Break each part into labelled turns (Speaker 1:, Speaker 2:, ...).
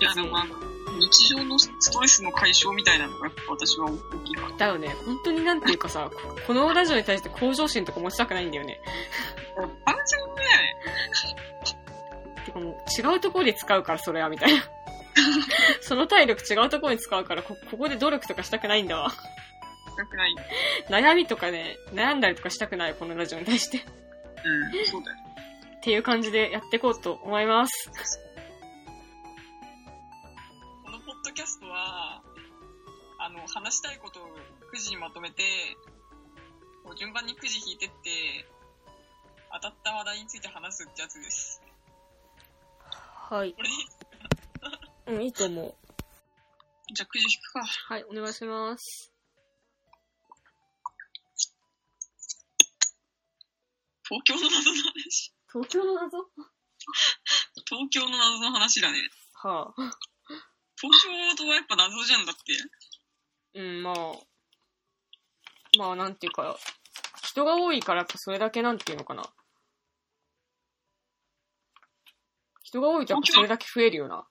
Speaker 1: いや、でもあの、日常のストレスの解消みたいなのが、やっぱ私は大きいかな。
Speaker 2: だよね。本当になんていうかさ、こ このラジオに対して向上心とか持ちたくないんだよね。
Speaker 1: バランスがね、
Speaker 2: てかもう違うところで使うから、それは、みた いな。その体力違うところに使うからこ、ここで努力とかしたくないんだわ。
Speaker 1: なくない。
Speaker 2: 悩みとかね、悩んだりとかしたくない、このラジオに対して。っ
Speaker 1: うん、そうだよ。
Speaker 2: ていう感じでやっていこうと思います。
Speaker 1: このポッドキャストは、あの、話したいことをくじにまとめて、こう順番にくじ引いてって、当たった話題について話すってやつです。
Speaker 2: はい。
Speaker 1: これでいい
Speaker 2: うん、いいと思う。
Speaker 1: じゃあくじ引くか。
Speaker 2: はい、お願いします。
Speaker 1: 東京の謎の話。
Speaker 2: 東京の謎
Speaker 1: 東京の謎の話だね。
Speaker 2: はあ。
Speaker 1: 東京とはやっぱ謎じゃんだって。
Speaker 2: うん、まあ。まあ、なんていうか、人が多いからやっぱそれだけなんていうのかな。人が多いとやっぱそれだけ増えるような、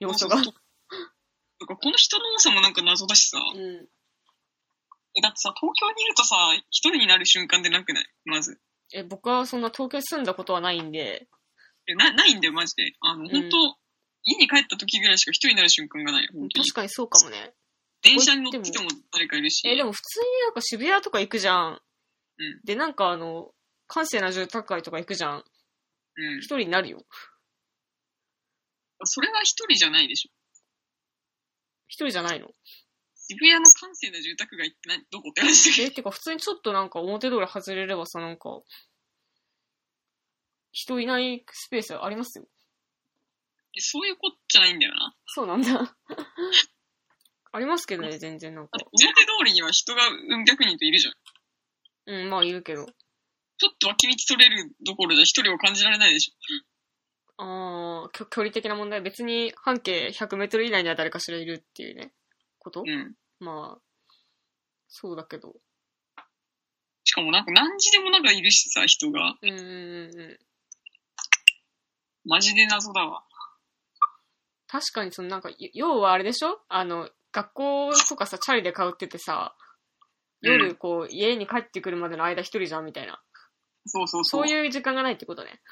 Speaker 2: 要素が。
Speaker 1: そうそうなんかこの人の多さもなんか謎だしさ。
Speaker 2: うん。
Speaker 1: え、だってさ、東京にいるとさ、一人になる瞬間でなくないまず。
Speaker 2: え、僕はそんな東京に住んだことはないんで、
Speaker 1: え、な、ないんだよ、マジで。あの、本当、家に帰った時ぐらいしか一人になる瞬間がないよ。本当に
Speaker 2: 確かにそうかもね。
Speaker 1: 電車に乗ってても誰かいるし。
Speaker 2: え、でも普通になんか渋谷とか行くじゃん。
Speaker 1: うん
Speaker 2: で、なんかあの、閑静な住宅街とか行くじゃん。
Speaker 1: うん
Speaker 2: 一。人になるよ。
Speaker 1: それは一人じゃないでしょ。
Speaker 2: 一人じゃないの。
Speaker 1: 渋谷の閑静な住宅街って何どこって話だけど。
Speaker 2: え、てか普通にちょっとなんか表通り外れればさ、なんか、人いないスペースありますよ。
Speaker 1: そういうことじゃないんだよな。
Speaker 2: そうなんだ。 ありますけどね、全然なんか
Speaker 1: だっ。て表通りには人がうん百人といるじゃん。
Speaker 2: うん、まあいるけど。
Speaker 1: ちょっと脇道取れるどころじゃ一人を感じられないでしょ。
Speaker 2: あー、きょ距離的な問題。別に半径100メートル以内には誰かしらいるっていうね、こと、
Speaker 1: うん。
Speaker 2: まあ、そうだけど。
Speaker 1: しかもなんか何時でもなんかいるしさ、人が。
Speaker 2: うんうんうんうん。
Speaker 1: マジで謎だわ。
Speaker 2: 確かにそのなんか、よ要はあれでしょあの、学校とかさ、チャリで通っててさ、
Speaker 1: う
Speaker 2: 夜
Speaker 1: ん
Speaker 2: こう、家に帰ってくるまでの間一人じゃんみたいな。
Speaker 1: そうそうそう。
Speaker 2: そういう時間がないってことね。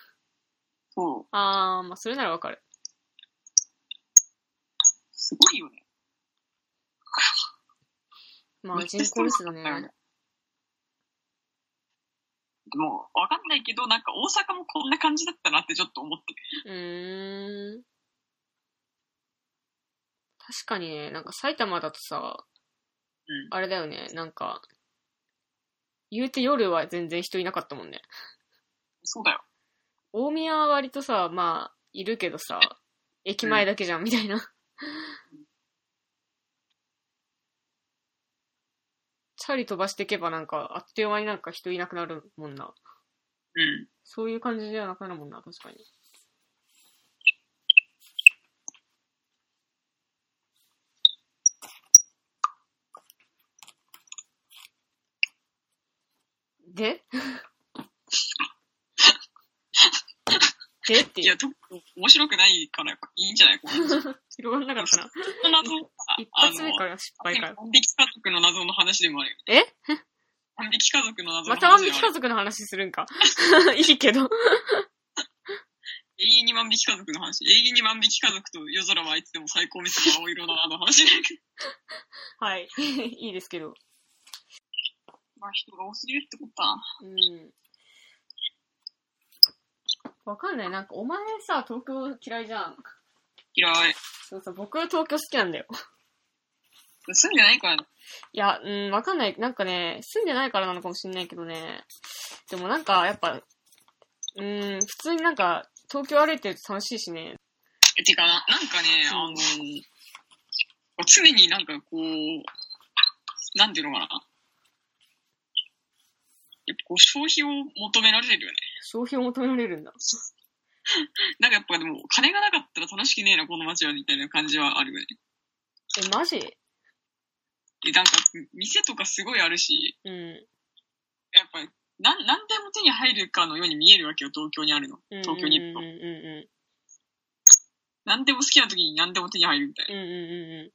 Speaker 1: そう。
Speaker 2: あー、まあそれならわかる。
Speaker 1: すごいよね。
Speaker 2: まあ
Speaker 1: めっち
Speaker 2: 人
Speaker 1: ゃスト
Speaker 2: 口
Speaker 1: レ
Speaker 2: ミ
Speaker 1: ス
Speaker 2: ス
Speaker 1: だ
Speaker 2: だ
Speaker 1: った
Speaker 2: ね
Speaker 1: よ。ねでも、わかんないけど、なんか大阪もこんな感じだったなってちょっと思ってる。
Speaker 2: うーん。確かにね、なんか埼玉だとさ、
Speaker 1: うん
Speaker 2: あれだよね、なんか、言うて夜は全然人いなかったもんね。
Speaker 1: そうだよ。
Speaker 2: 大宮は割とさ、まあ、いるけどさ、駅前だけじゃん、みたいな。チャリ飛ばしていけばなんか、あっという間になんか人いなくなるもんな。
Speaker 1: うん。
Speaker 2: そういう感じではなくなるもんな、確かに。で でって
Speaker 1: い
Speaker 2: いう
Speaker 1: や、特に面白くないから、いいんじゃないこの
Speaker 2: 広がんなかったな。
Speaker 1: 謎は、
Speaker 2: 一
Speaker 1: あ
Speaker 2: 発目から失敗かよ。
Speaker 1: 万引き家族の謎の話でもあるよ。
Speaker 2: え
Speaker 1: 万引き家族の謎の
Speaker 2: また
Speaker 1: 話でもあ
Speaker 2: 万
Speaker 1: る。
Speaker 2: 引き家族の話するんか。 いいけど。
Speaker 1: 永遠に万引き家族の話。永遠に万引き家族と夜空はいつでも最高メスの青色のあ の話だけど。
Speaker 2: はい。 いいですけど。
Speaker 1: まあ人が多すぎるってことだな。
Speaker 2: うん。わかんない。なんか、お前さ、東京嫌いじゃん。
Speaker 1: 嫌い。
Speaker 2: そうそう、僕は東京好きなんだよ。
Speaker 1: 住んでないからね。
Speaker 2: いや、うん、わかんない。なんかね、住んでないからなのかもしんないけどね。でもなんか、やっぱ、うん、普通になんか、東京歩いてると楽しいしね。
Speaker 1: えてかな、なんかね、あのー常になんかこう、なんていうのかな。やっぱこう消費を求められるよね。
Speaker 2: 消費を求められるんだ。
Speaker 1: なんかやっぱでも、金がなかったら楽しくねえな、この街は、みたいな感じはあるよね。
Speaker 2: え、マジ
Speaker 1: え、なんか、店とかすごいあるし、
Speaker 2: うん。
Speaker 1: やっぱ、なん、なんでも手に入るかのように見えるわけよ、東京にあるの。
Speaker 2: うん
Speaker 1: 東京に行
Speaker 2: うん
Speaker 1: くと
Speaker 2: うんうんうん。
Speaker 1: 何でも好きな時に何でも手に入るみたいな。
Speaker 2: うんうんうんうん。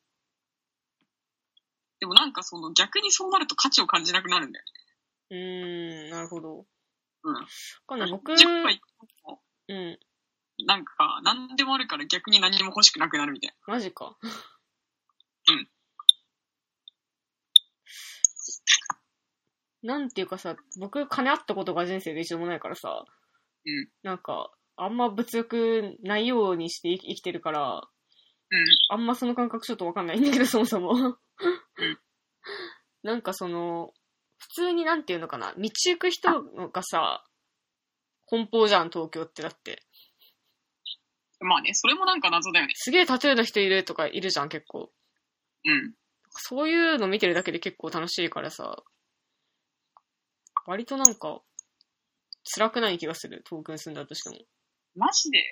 Speaker 1: でもなんかその逆にそうなると価値を感じなくなるんだよね。
Speaker 2: うーん、なるほど。
Speaker 1: うん
Speaker 2: わかんない。僕、
Speaker 1: 10杯
Speaker 2: うん、
Speaker 1: なんか何でもあるから逆に何も欲しくなくなるみたい
Speaker 2: マジか。
Speaker 1: ん
Speaker 2: なんていうかさ、僕、金あったことが人生で一度もないからさ、
Speaker 1: うん
Speaker 2: なんか、あんま物欲ないようにして生き生きてるから、
Speaker 1: な。うん。
Speaker 2: あんまその感覚ちょっとわかんないんだけど、そもそも。
Speaker 1: ん
Speaker 2: なんかその、普通になんていうのかな、道行く人がさ、奔放じゃん、東京ってだって。
Speaker 1: まあね、それもなんか謎だよね。
Speaker 2: すげえタトゥーの人いるとかいるじゃん、結構。
Speaker 1: うん。
Speaker 2: そういうの見てるだけで結構楽しいからさ、割となんか、辛くない気がする、東京に住んだとしても。
Speaker 1: マ ジで。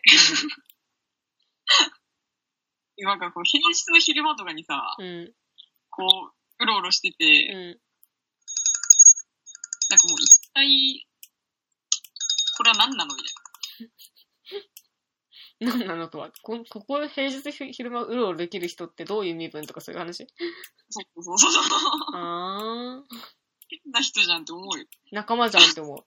Speaker 1: なんかこう、平日の昼間とかにさ、
Speaker 2: うん、う
Speaker 1: こう、うろうろしてて、
Speaker 2: ん、う
Speaker 1: なんかもう一体、これは何なのみたいな。
Speaker 2: ん。なんなのとは、こ、ここ平日ひ昼間うろうろできる人ってどういう身分とかそういう話
Speaker 1: そうそうそうそう。
Speaker 2: あー、
Speaker 1: 変な人じゃんって思うよ。
Speaker 2: 仲間じゃんって思う。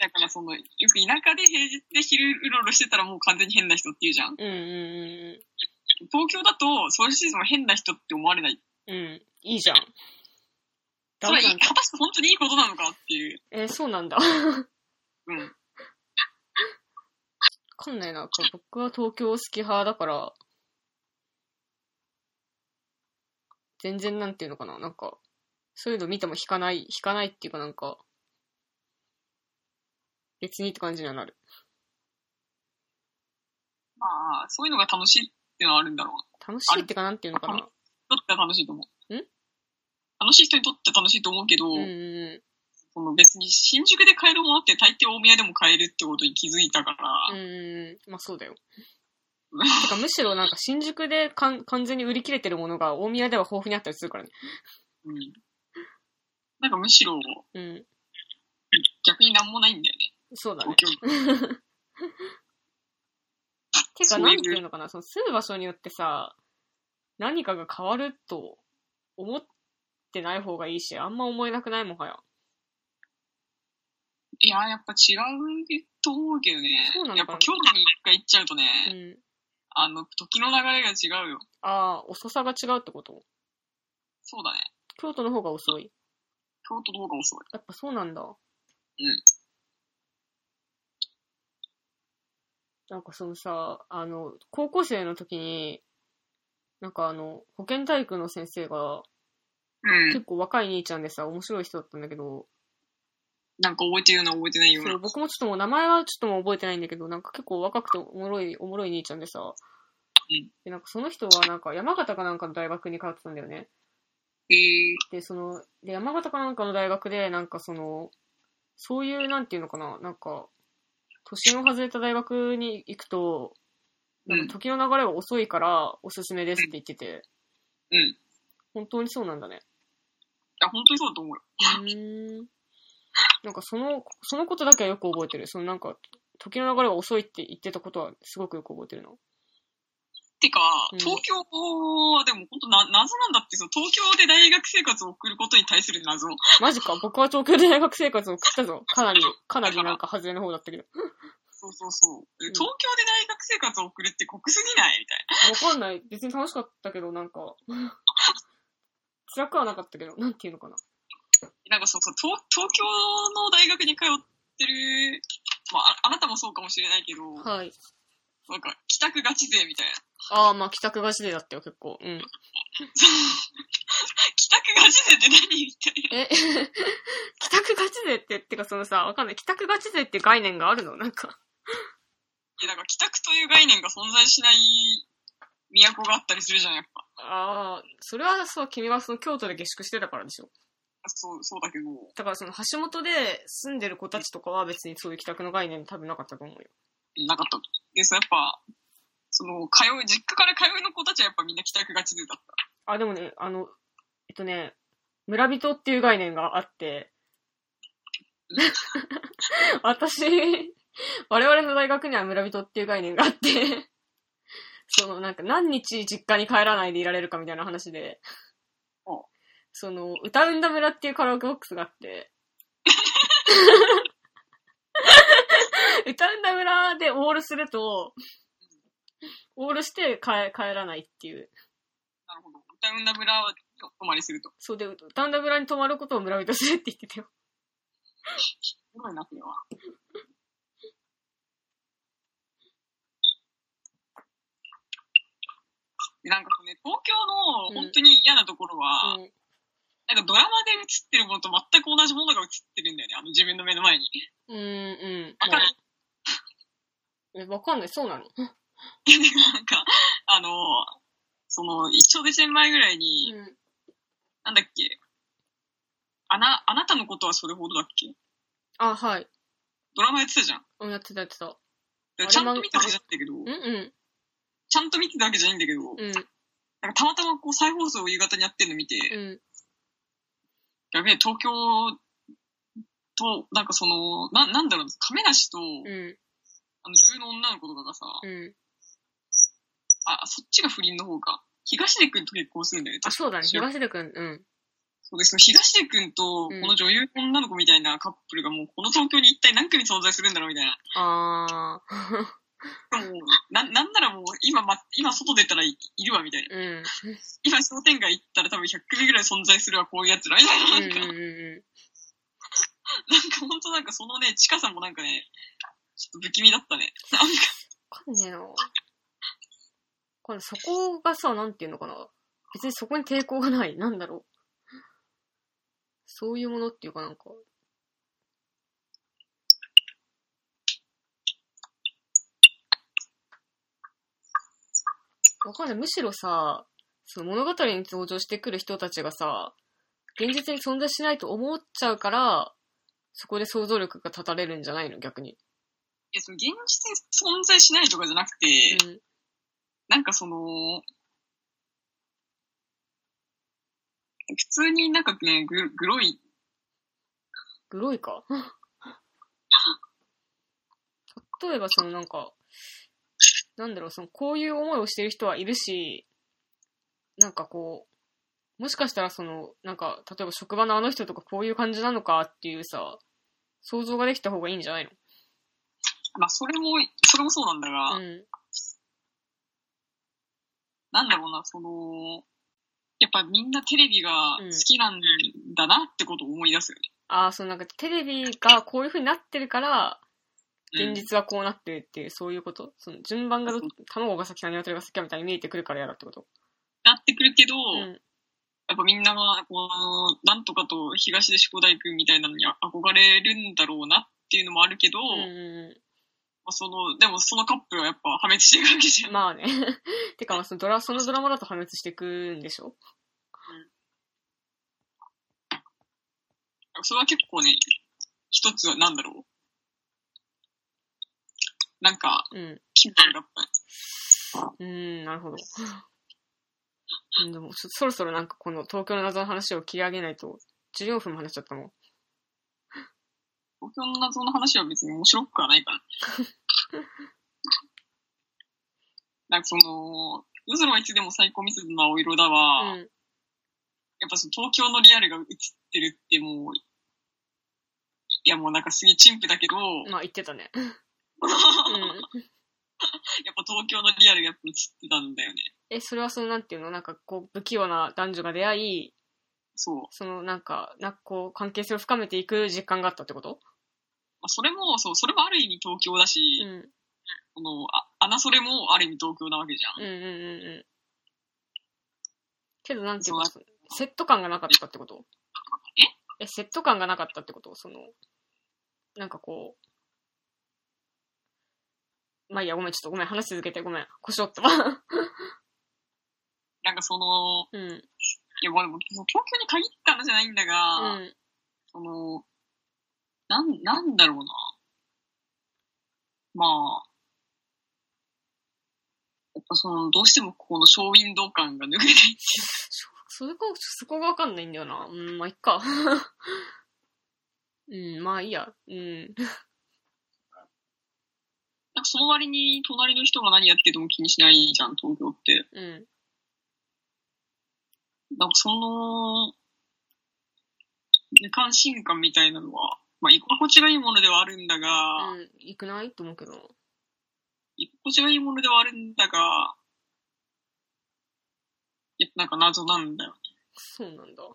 Speaker 1: だからその、よく田舎で平日で昼うろうろしてたらもう完全に変な人って言うじゃん。
Speaker 2: うんう
Speaker 1: 東京だと、そういうシーズンは変な人って思われない。
Speaker 2: んうんうん。うん。いいじゃん。
Speaker 1: そ
Speaker 2: ダ
Speaker 1: れ
Speaker 2: メ
Speaker 1: はい
Speaker 2: じゃん
Speaker 1: い。果たして本当にいいことなのかっていう。
Speaker 2: えーそうなんだ。わ
Speaker 1: うん。
Speaker 2: かんないな。これ僕は東京好き派だから、全然なんていうのかな。なんか、そういうの見ても引かない、引かないっていうかなんか、別にって感じにはなる。
Speaker 1: まあ、そういうのが楽しいっていうのはあるんだろうな。
Speaker 2: 楽しいってかなんていうのかな。
Speaker 1: だったら楽しいと思う。
Speaker 2: ん
Speaker 1: 楽しい人にとっては楽しいと思うけど、
Speaker 2: うんう
Speaker 1: その別に新宿で買えるものって大抵大宮でも買えるってことに気づいたから、
Speaker 2: ん。うんうん。まあそうだよ。てかむしろなんか新宿でかん完全に売り切れてるものが大宮では豊富にあったりするからね。
Speaker 1: うん。なんかむしろ、
Speaker 2: うん。
Speaker 1: 逆になんもないんだよね。
Speaker 2: そうだね
Speaker 1: 東。京。
Speaker 2: て
Speaker 1: そ
Speaker 2: か、
Speaker 1: ういう
Speaker 2: なんていうのかな、その住む場所によってさ、何かが変わると思ってない方がいいし、あんま思えなくないもはや。
Speaker 1: いやー、やっぱ違うと思うけどね。
Speaker 2: そうなのかな
Speaker 1: やっぱ京都に一回行っちゃうとね、
Speaker 2: うん。
Speaker 1: あの、時の流れが違うよ。
Speaker 2: ああ、遅さが違うってこと
Speaker 1: そうだね。
Speaker 2: 京都の方が遅い。
Speaker 1: 京都の方が遅い。。
Speaker 2: やっぱそうなんだ。うんなんかそのさ、あの、高校生の時に、なんかあの、保健体育の先生が、
Speaker 1: うん。
Speaker 2: 結構若い兄ちゃんでさ、面白い人だったんだけど、
Speaker 1: なんか覚えてるような覚えてないよう
Speaker 2: そ
Speaker 1: な。
Speaker 2: う、僕もちょっともう名前はちょっともう覚えてないんだけど、なんか結構若くておもろい、おもろい兄ちゃんでさ。
Speaker 1: うん
Speaker 2: で、なんかその人はなんか山形かなんかの大学に通ってたんだよね。
Speaker 1: えー、
Speaker 2: で、その、で、山形かなんかの大学で、なんかその、そういう、なんていうのかな、なんか、都心を外れた大学に行くと、なんか時の流れは遅いからおすすめですって言ってて、
Speaker 1: うん。い
Speaker 2: 本当にそうなんだね。
Speaker 1: や、本当にそうだと思うよ。
Speaker 2: うん。なんかその、そのことだけはよく覚えてる。そのなんか、時の流れが遅いって言ってたことはすごくよく覚えてるの。
Speaker 1: てか、
Speaker 2: うん
Speaker 1: 東京はでも本当な、謎なんだって、その東京で大学生活を送ることに対する謎。
Speaker 2: マジか、僕は東京で大学生活を送ったぞ。かなり、かなりなんか外れの方だったけど。
Speaker 1: そうそうそう。
Speaker 2: うん
Speaker 1: 東京で大学生活を送るって酷すぎないみたいな。
Speaker 2: わかんない。別に楽しかったけど、なんか。辛くはなかったけど、なんていうのかな。
Speaker 1: なんかそうそう、東東京の大学に通ってる、まあ、ああなたもそうかもしれないけど、
Speaker 2: はい。
Speaker 1: なんか、帰宅ガチ勢みたいな。
Speaker 2: ああ、まあ、帰宅がちでだったよ、結構。うん。
Speaker 1: 帰宅ガチ勢って何みたい
Speaker 2: え、
Speaker 1: な。
Speaker 2: 帰宅ガチ勢って、ってかそのさ、わかんない。帰宅ガチ勢って概念があるのなんか。
Speaker 1: いや、なんか帰宅という概念が存在しない都があったりするじゃん、やっぱ。
Speaker 2: ああ、それはそう、君はその京都で下宿してたからでしょ。
Speaker 1: そう、そうだけど。
Speaker 2: だからその橋本で住んでる子たちとかは別にそういう帰宅の概念多分なかったと思うよ。
Speaker 1: なかった。で、そうやっぱ、その、通う、実家から通うの子たちはやっぱみんな帰宅がちでだった。
Speaker 2: あ、でもね、あの、えっとね、村人っていう概念があって、私、我々の大学には村人っていう概念があって、そのなんか何日実家に帰らないでいられるかみたいな話で
Speaker 1: お、
Speaker 2: その歌うんだ村っていうカラオケボックスがあって、歌うんだ村でオールすると、オールして帰帰らないっていう。
Speaker 1: なるほど。歌うんだ村はお泊まりすると。
Speaker 2: そうで、歌うんだ村に泊まることを村人するって言ってたよ。
Speaker 1: すごいな、それは。でなんかね、東京の本当に嫌なところは、
Speaker 2: うん
Speaker 1: なんかドラマで映ってるものと全く同じものが映ってるんだよね、あの自分の目の前に。
Speaker 2: うーん、うん。
Speaker 1: わかる
Speaker 2: え、わかんない、そうなの
Speaker 1: なんか、あの、その、ちょうど1年前ぐらいに、
Speaker 2: う
Speaker 1: なんだっけ、あな、あなたのことはそれほどだっけ
Speaker 2: あ、はい。
Speaker 1: ドラマやってたじゃん。
Speaker 2: うんやってた、やってた。れ
Speaker 1: ちゃんと見たわけじゃないんだけど、
Speaker 2: うんう
Speaker 1: ちゃんと見てたわけじゃないんだけど、
Speaker 2: ん。うん
Speaker 1: なんかたまたまこう再放送を夕方にやってるの見て、
Speaker 2: うん。
Speaker 1: やべえ、東京と、なんかその、な、なんだろう、亀梨と、
Speaker 2: うん。
Speaker 1: あの、女優の女の子とかがさ、
Speaker 2: うん。
Speaker 1: あ、そっちが不倫の方か。東出くんと結婚するんだよね。
Speaker 2: あ、そうだね。
Speaker 1: そう
Speaker 2: 東出くん。うん。
Speaker 1: です。その東出くんと、こ
Speaker 2: うん
Speaker 1: の女優の女の子みたいなカップルがもう、この東京に一体何組存在するんだろうみたい
Speaker 2: あ
Speaker 1: な。でもな、なんならもう、今、ま、今外出たらいいるわ、みたいな。
Speaker 2: ー。うん。
Speaker 1: 今商店街行ったら多分100組ぐらい存在するわ、こういうやつら。みたいな。
Speaker 2: う
Speaker 1: なん
Speaker 2: ん
Speaker 1: か、
Speaker 2: うん
Speaker 1: なんか
Speaker 2: う
Speaker 1: 本当なんかそのね、近さもなんかね、ちょっと不気味だったね。なんか
Speaker 2: ん。わかんねえな。このそこがさ、なんていうのかな。別にそこに抵抗がない。なんだろう。そういうものっていうかなんか。わかんない。むしろさ、その物語に登場してくる人たちがさ、現実に存在しないと思っちゃうから、そこで想像力が立たれるんじゃないの逆に。
Speaker 1: いや、その現実に存在しないとかじゃなくて、
Speaker 2: うん。
Speaker 1: なんかその、普通になんかね、ググロい、
Speaker 2: グロいか 例えばそのなんか、なんだろう、そのこういう思いをしてる人はいるし、なんかこう、もしかしたらその、なんか、例えば職場のあの人とかこういう感じなのかっていうさ、想像ができた方がいいんじゃないの
Speaker 1: まあそれも、それもそうなんだが、
Speaker 2: うん。
Speaker 1: なんだろうな、その、やっぱみんなテレビが好きなんだなってことを思い出すよ
Speaker 2: ああ、そのなんかテレビがこういう風になってるから、
Speaker 1: ね。
Speaker 2: 現実はこうなってるっていう、そういうことその順番がど
Speaker 1: そう、
Speaker 2: 卵が先か鶏が先かみたいに見えてくるから嫌だってこと
Speaker 1: なってくるけど、
Speaker 2: うん。
Speaker 1: やっぱみんなが、この、なんとかと東出志大君みたいなのに憧れるんだろうなっていうのもあるけど、
Speaker 2: うん
Speaker 1: ま
Speaker 2: うんうん。
Speaker 1: あ、その、でもそのカップルはやっぱ破滅していくわけ じゃん。
Speaker 2: まあね。てか、まあそのドラ、そのドラマだと破滅していくんでしょ
Speaker 1: それは結構ね、一つはなんだろう。なんか、
Speaker 2: うん。
Speaker 1: 気になるだったね。
Speaker 2: うーん、なるほど。うんでもそ、そろそろなんかこの東京の謎の話を切り上げないと、14分も話しちゃったもん。
Speaker 1: 東京の謎の話は別に面白くはな いから。なんかその、渦のいつでも最高密度の青色だわ。
Speaker 2: うん。
Speaker 1: やっぱその東京のリアルが映ってるってもう、いやもうなんかすげえ陳腐だけど、やっ
Speaker 2: まあ言ってた ね。うん。
Speaker 1: ぱ東京のリアルがやっぱ映ってたんだよね。
Speaker 2: え、それはそのなんていうのなんかこう、不器用な男女が出会い、
Speaker 1: そう。
Speaker 2: そのなんか、なんかこう、関係性を深めていく実感があったってこと
Speaker 1: まあ、それも、そう、それもある意味東京だ
Speaker 2: う
Speaker 1: し、
Speaker 2: ん。うん
Speaker 1: この、あ、アナそれもある意味東京なわけじゃん。
Speaker 2: うんうんうん。けどなんていう
Speaker 1: そ
Speaker 2: か、セット感がなかったってことえセット感がなかったってことその、なんかこう。まあいいや、ごめん、ちょっとごめん、話続けて、ごめん。腰折ったわ。
Speaker 1: なんかその、
Speaker 2: うん。うん。
Speaker 1: いや、まあでも、もう東京に限った話じゃないんだが、その、なん、なんだろうな。まあ、やっぱその、どうしてもこのショーウィンドウ感が抜けない。
Speaker 2: それが、そこがわかんないんだよな。うん、まあいっか。 うん、まあいいや。うん。
Speaker 1: その割に隣の人が何やってても気にしないじゃん、東京って。
Speaker 2: うん。
Speaker 1: なんかその、無関心感みたいなのは、まあ、居心地がいいものではあるんだが、
Speaker 2: うん。行くないと思うけど。
Speaker 1: 居心地がいいものではあるんだが、やっぱなんか謎なんだよ。
Speaker 2: そうなん だ。わ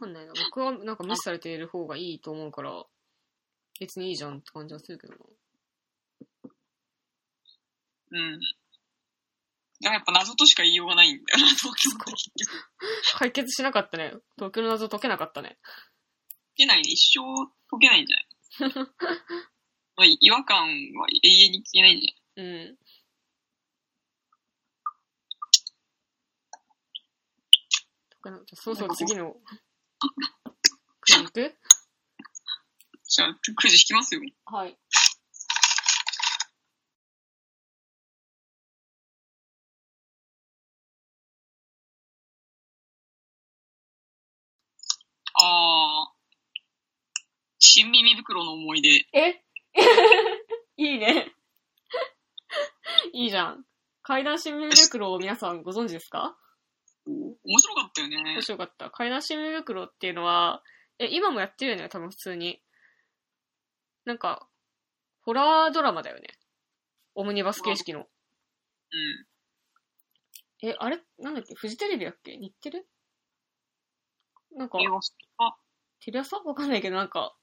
Speaker 2: かんないな。僕はなんか無視されている方がいいと思うから、別にいいじゃんって感じはするけどな。
Speaker 1: うん。だからやっぱ謎としか言いようがないんだよな、東京って結局。
Speaker 2: 解決しなかったね。東京の謎解けなかったね。
Speaker 1: 解けないね。一生解けないんじゃない まあ違和感は永遠に消えないんじゃない
Speaker 2: うん。とかなじゃあそろそろ次の。行く
Speaker 1: じゃあ、くじ引きますよ。
Speaker 2: はい。
Speaker 1: あー。新耳袋の思い出。
Speaker 2: え いいね。 いいじゃん。階段新耳袋を皆さんご存知ですか
Speaker 1: 面白かったよね
Speaker 2: 面。白かった。階段新耳袋っていうのは、え、今もやってるよね、多分普通に。なんか、ホラードラマだよね。オムニバス形式の。
Speaker 1: うん。
Speaker 2: え、あれなんだっけフジテレビだっけ日テレなんか
Speaker 1: い、や
Speaker 2: テレ朝わかんないけど、なんか、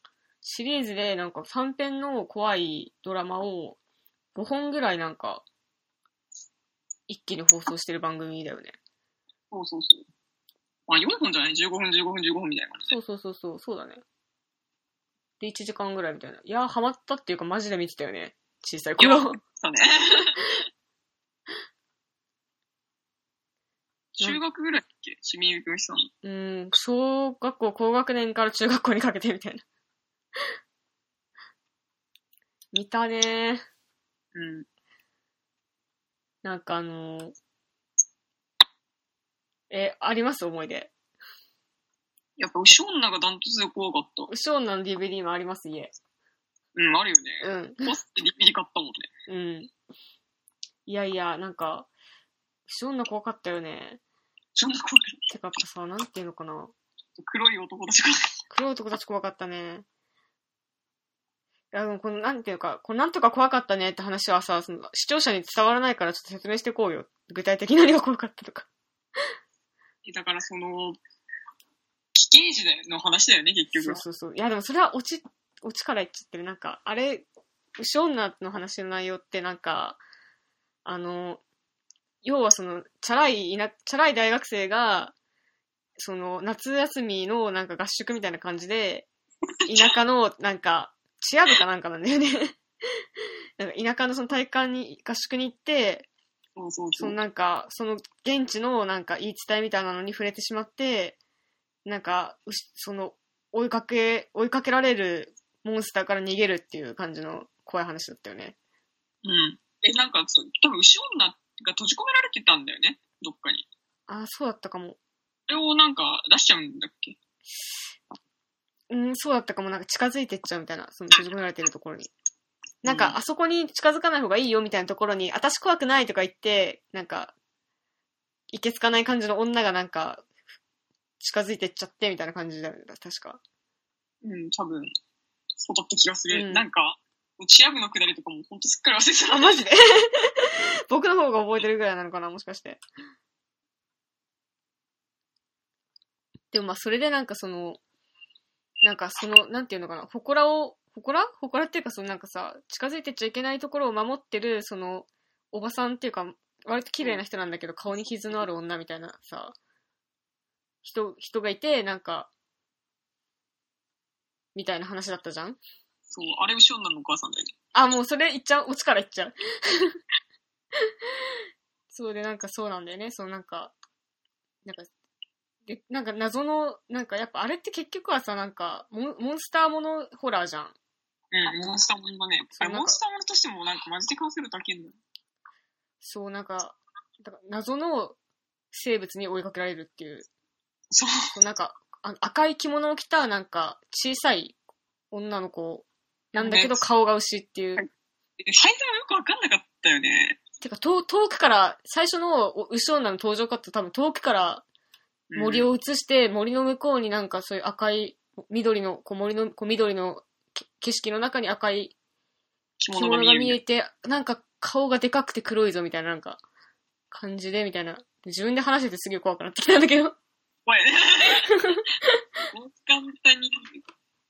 Speaker 2: シリーズでなんか3編の怖いドラマを5本ぐらいなんか、一気に放送してる番組だよね。
Speaker 1: そうそうそう。まあ、4分じゃない ?15 分、15分、15分みたいな感じで
Speaker 2: そうそうそうそう、そうだね。で、1時間ぐらいみたいな。いやー、ハマったっていうかマジで見てたよね。小さい
Speaker 1: い
Speaker 2: 頃。
Speaker 1: したね。中学ぐらいだっけ市民行く人なの。
Speaker 2: うん、小学校高学年から中学校にかけてみたいな。 見たねー。
Speaker 1: うん。
Speaker 2: なんかあのーえ、あります思い出。
Speaker 1: やっぱ、ショーンがダントツで怖かった。
Speaker 2: ショーンの DVD もあります、家。
Speaker 1: うん、あるよ
Speaker 2: う
Speaker 1: ね。
Speaker 2: ん。
Speaker 1: コスってリピリ買ったもんね。
Speaker 2: うん。いやいや、なんか、ショーンの怖かったよね。
Speaker 1: ショーン怖い。
Speaker 2: てかやっぱさ、なんていうのかな。
Speaker 1: 黒い男たちが。
Speaker 2: 黒い男たち怖かったね。いや、でもこの、なんていうか、このなんとか怖かったねって話はさ、その視聴者に伝わらないからちょっと説明していこうよ。具体的に何が怖かったとか。
Speaker 1: だから、その、危険児だよの話だよね、結
Speaker 2: そ
Speaker 1: 局
Speaker 2: う。そうそう。いや、でもそれはオチ、オチから言っちゃってる。なんか、あれ、牛女の話の内容ってなんか、あの、要はその、チャラいいな、チャラい大学生が、その、夏休みのなんか合宿みたいな感じで、田舎のなんか、チア部かなんかなんだよね。 なんか田舎のその体育館に、合宿に行って、
Speaker 1: そうそう
Speaker 2: そ
Speaker 1: そう
Speaker 2: の。なんか、その現地のなんか言い伝えみたいなのに触れてしまって、なんか、うしその、追いかけ、追いかけられるモンスターから逃げるっていう感じの怖い話だったよね。
Speaker 1: うん。え、なんか、そう多分、牛女が閉じ込められてたんだよね、どっかに。
Speaker 2: ああ、そうだったかも。
Speaker 1: それをなんか出しちゃうんだっけ
Speaker 2: うん、そうだったかも。なんか近づいてっちゃうみたいな、その閉じ込められてるところに。なん
Speaker 1: うん
Speaker 2: か、あそこに近づかない方がいいよみたいなところに、私怖くないとか言って、なんか、いけつかない感じの女がなんか、近づいてっちゃってみたいな感じだよね、確か。
Speaker 1: うん、多分、そうだった気がする。
Speaker 2: うん
Speaker 1: なんか、チア部のくだりとかもほんとすっかり忘れて た。
Speaker 2: あ、マジで僕の方が覚えてるぐらいなのかな、もしかして。でもまあ、それでなんかその、なんかその、なんていうのかな、祠を、祠祠っていうか、そのなんかさ、近づいてっちゃいけないところを守ってる、その、おばさんっていうか、割と綺麗な人なんだけど、顔に傷のある女みたいなさ、人、人がいて、なんか、みたいな話だったじゃん
Speaker 1: そう、あれ、後ろ女のお母さんだよね。
Speaker 2: あ、もうそれ言っちゃう。オチから言っちゃう。 そうで、なんかそうなんだよね。そのなんか、なんか、で、なんか謎の、なんかやっぱあれって結局はさ、なんかモン、モンスターものホラーじゃん。
Speaker 1: うん、モンスターものだね。
Speaker 2: そう
Speaker 1: あれ
Speaker 2: なんか
Speaker 1: モンスターものとしてもなんかマジで完成度高いんだよ。
Speaker 2: そう、なんか、だから謎の生物に追いかけられるっていう。
Speaker 1: そう。
Speaker 2: そうなんか、あ赤い着物を着た、なんか、小さい女の子なんだけど、
Speaker 1: ね
Speaker 2: 顔が牛っていう。
Speaker 1: はい最初はよくわかんなかったよね。
Speaker 2: てか、遠遠くから、最初のおウショウナの登場カット多分遠くから
Speaker 1: うん
Speaker 2: 森を映して、森の向こうになんかそういう赤い、緑の、こう森の、こう緑のけ景色の中に赤い
Speaker 1: 着
Speaker 2: 着
Speaker 1: 物が
Speaker 2: 物が
Speaker 1: 見えるみ
Speaker 2: 見
Speaker 1: たい
Speaker 2: えて、なんか顔がでかくて黒いぞみたいななんか感じで、みたいな。自分で話しててすげえ怖くなってきたんだけど。
Speaker 1: 怖いね。 もう簡単に、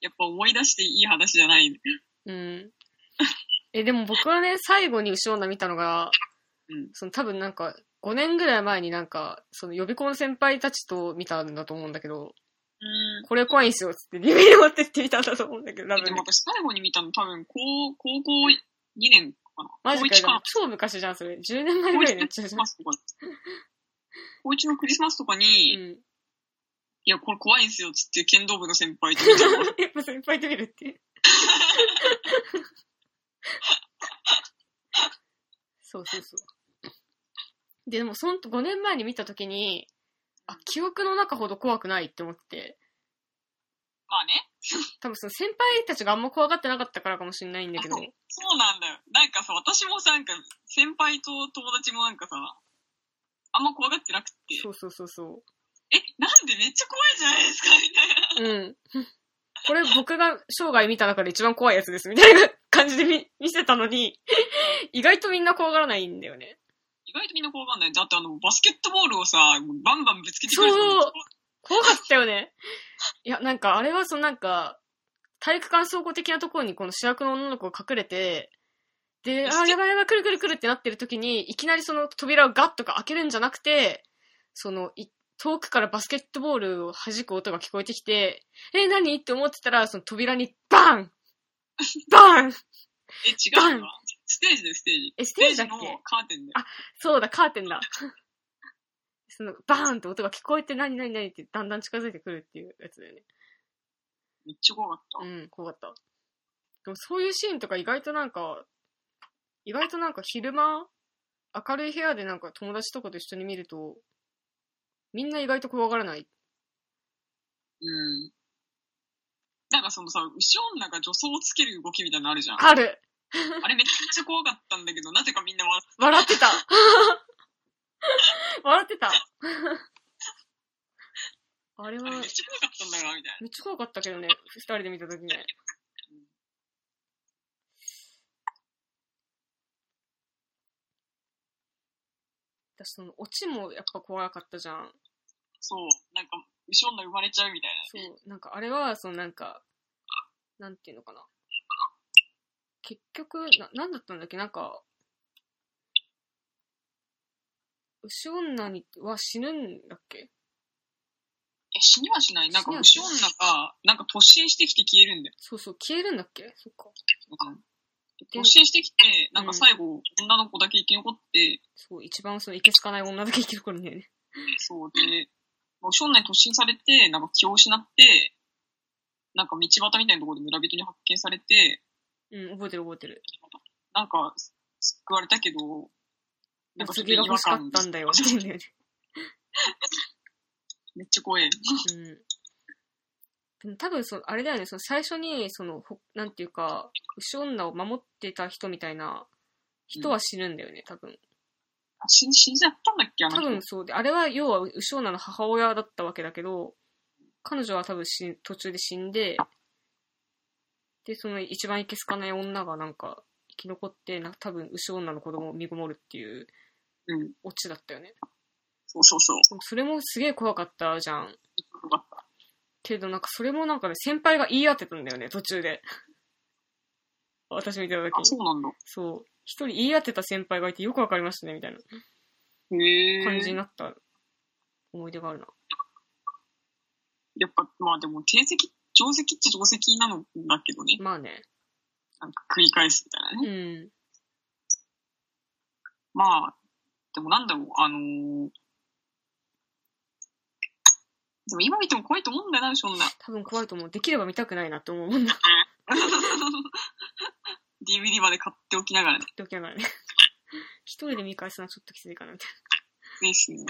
Speaker 1: やっぱ思い出していい話じゃない。
Speaker 2: うん。え、でも僕はね、最後に後ろ女見たのが、
Speaker 1: うん
Speaker 2: その多分なんか、5年ぐらい前になんか、その予備校の先輩たちと見たんだと思うんだけど、
Speaker 1: うん。
Speaker 2: これ怖いんすよっつって、リビング持ってって見たんだと思うんだけど、多
Speaker 1: で
Speaker 2: 分
Speaker 1: も
Speaker 2: ね。
Speaker 1: 私最後に見たの多分高、高校2年かな。
Speaker 2: マジ
Speaker 1: 高
Speaker 2: か
Speaker 1: 1
Speaker 2: よ
Speaker 1: か。
Speaker 2: 超昔じゃん、それ。10年前ぐらいになっちゃうじ
Speaker 1: クリス
Speaker 2: ゃん
Speaker 1: マ。スとか。高1のクリスマスとかに、
Speaker 2: う
Speaker 1: い
Speaker 2: ん。
Speaker 1: や、これ怖いんすよ、つって剣道部の先輩と 見たの。
Speaker 2: やっぱ先輩と見るっていう。そうそうそう。で、でもそんと5年前に見たときに、あ、記憶の中ほど怖くないって思って、
Speaker 1: まあね。
Speaker 2: 多分その先輩たちがあんま怖がってなかったからかもしれないんだけど、
Speaker 1: そうなんだよ。なんかさ、私もさ、なんか、先輩と友達もなんかさ、あんま怖がってなくて、
Speaker 2: そうそうそうそ
Speaker 1: え、なんでめっちゃ怖いじゃないですかみたい
Speaker 2: う。う
Speaker 1: な。
Speaker 2: ん。これ僕が生涯見た中で一番怖いやつですみたいな感じで見見せたのに、意外とみんな怖がらないんだよね。
Speaker 1: 意外とみんな怖がんない。だってあの、バスケットボールをさ、バンバンぶつけてくる
Speaker 2: そう怖かったよね。いや、なんかあれはそのなんか、体育館総合的なところにこの主役の女の子が隠れて、で、あー、やばいやばい、くるくるくるってなってる時に、いきなりその扉をガッとか開けるんじゃなくて、その、い遠くからバスケットボールを弾く音が聞こえてきて、えー、何って思ってたら、その扉にバンバン
Speaker 1: え、違うわ。ステージだよ、ステージ。
Speaker 2: え、ス
Speaker 1: ステ
Speaker 2: テ
Speaker 1: ー
Speaker 2: ージだ
Speaker 1: ジ
Speaker 2: っ
Speaker 1: の
Speaker 2: け
Speaker 1: カーテンだよ。
Speaker 2: そうだ、カーテンだ。その、バーンって音が聞こえて、何何何ってだんだん近づいてくるっていうやつだよね。
Speaker 1: めっちゃ怖かっ
Speaker 2: う
Speaker 1: た。
Speaker 2: ん、怖かった。でもそういうシーンとか意外となんか、意外となんか昼間、明るい部屋でなんか友達とかと一緒に見ると、みんな意外と怖がらない。
Speaker 1: うん。なんかそのさ、後ろ女が助走をつける動きみたいなのあるじゃん。あ
Speaker 2: ある
Speaker 1: れめっちゃ怖かったんだけど、なぜかみんな笑って
Speaker 2: 笑ってた 笑って たあれは
Speaker 1: たあれめっちゃ怖かったんだな、みたいな。
Speaker 2: めっちゃ怖かったけどね、二人で見たときね。私そのオチもやっぱ怖かったじゃん。
Speaker 1: そう。なんか、後ろ女生まれちゃうみたいな。
Speaker 2: そう、なんかあれは、そのなんか、なんていうのかな。結局、な、なんだったんだっけなんか、牛女には死ぬんだっけ
Speaker 1: え、死にはしない。なんか、
Speaker 2: 死
Speaker 1: 牛
Speaker 2: には
Speaker 1: 女
Speaker 2: し
Speaker 1: が、なんか突進してきて消えるんだよ。
Speaker 2: そうそう、消えるんだっけそっか。
Speaker 1: うん
Speaker 2: で
Speaker 1: 突進してきて、なんか最後、女の子だけ生き残って、
Speaker 2: そう、一番その、いけつかない女だけ生き残るんだよね。
Speaker 1: そうで、牛女に突進されて、なんか気を失って、なんか道端みたいなところで村人に発見されて、
Speaker 2: うん、覚えてる覚えてる。
Speaker 1: なんか、救われたけど、なんかちょっと
Speaker 2: 次が欲しかったんだよ、って言うんだよね。
Speaker 1: めっちゃ怖い。
Speaker 2: うん。でも多分その、あれだよね、その最初に、その、ほなんていうか、牛女を守ってた人みたいな人は死ぬんだよね、多分。
Speaker 1: あ死ん死んじゃったんだっけあの
Speaker 2: 多
Speaker 1: 人。
Speaker 2: 分そうで、あれは要は牛女の母親だったわけだけど、彼女は多分死ん途中で死んで、で、その一番いけすかない女がなんか生き残って、な多分牛女の子供を見ごもるっていう
Speaker 1: うん。
Speaker 2: オチだったよね。
Speaker 1: そうそうそう。
Speaker 2: でもそれもすげえ怖かったじゃん。
Speaker 1: よかった。
Speaker 2: けどなんかそれもなんかね、先輩が言い当てたんだよね、途中で。 私見てた時
Speaker 1: あ、そうなんだ。
Speaker 2: そう。一人言い当てた先輩がいてよくわかりましたね、みたいな
Speaker 1: へえ。
Speaker 2: 感じになった思い出があるな。
Speaker 1: やっぱ、まあでも、定石、定石っちゃ定石なのだけどね。
Speaker 2: まあね。
Speaker 1: なんか繰り返すみたいな
Speaker 2: う
Speaker 1: ね。
Speaker 2: ん。
Speaker 1: まあ、でもなんだろう、あのーでも今見ても怖いと思うんだよな、そん な。
Speaker 2: 多分怖いと思う。できれば見たくないなって思うもんな。
Speaker 1: DVD まで買っておきながらね。
Speaker 2: っておけないね。 一人で見返すのはちょっときついかな、みたい
Speaker 1: ですね。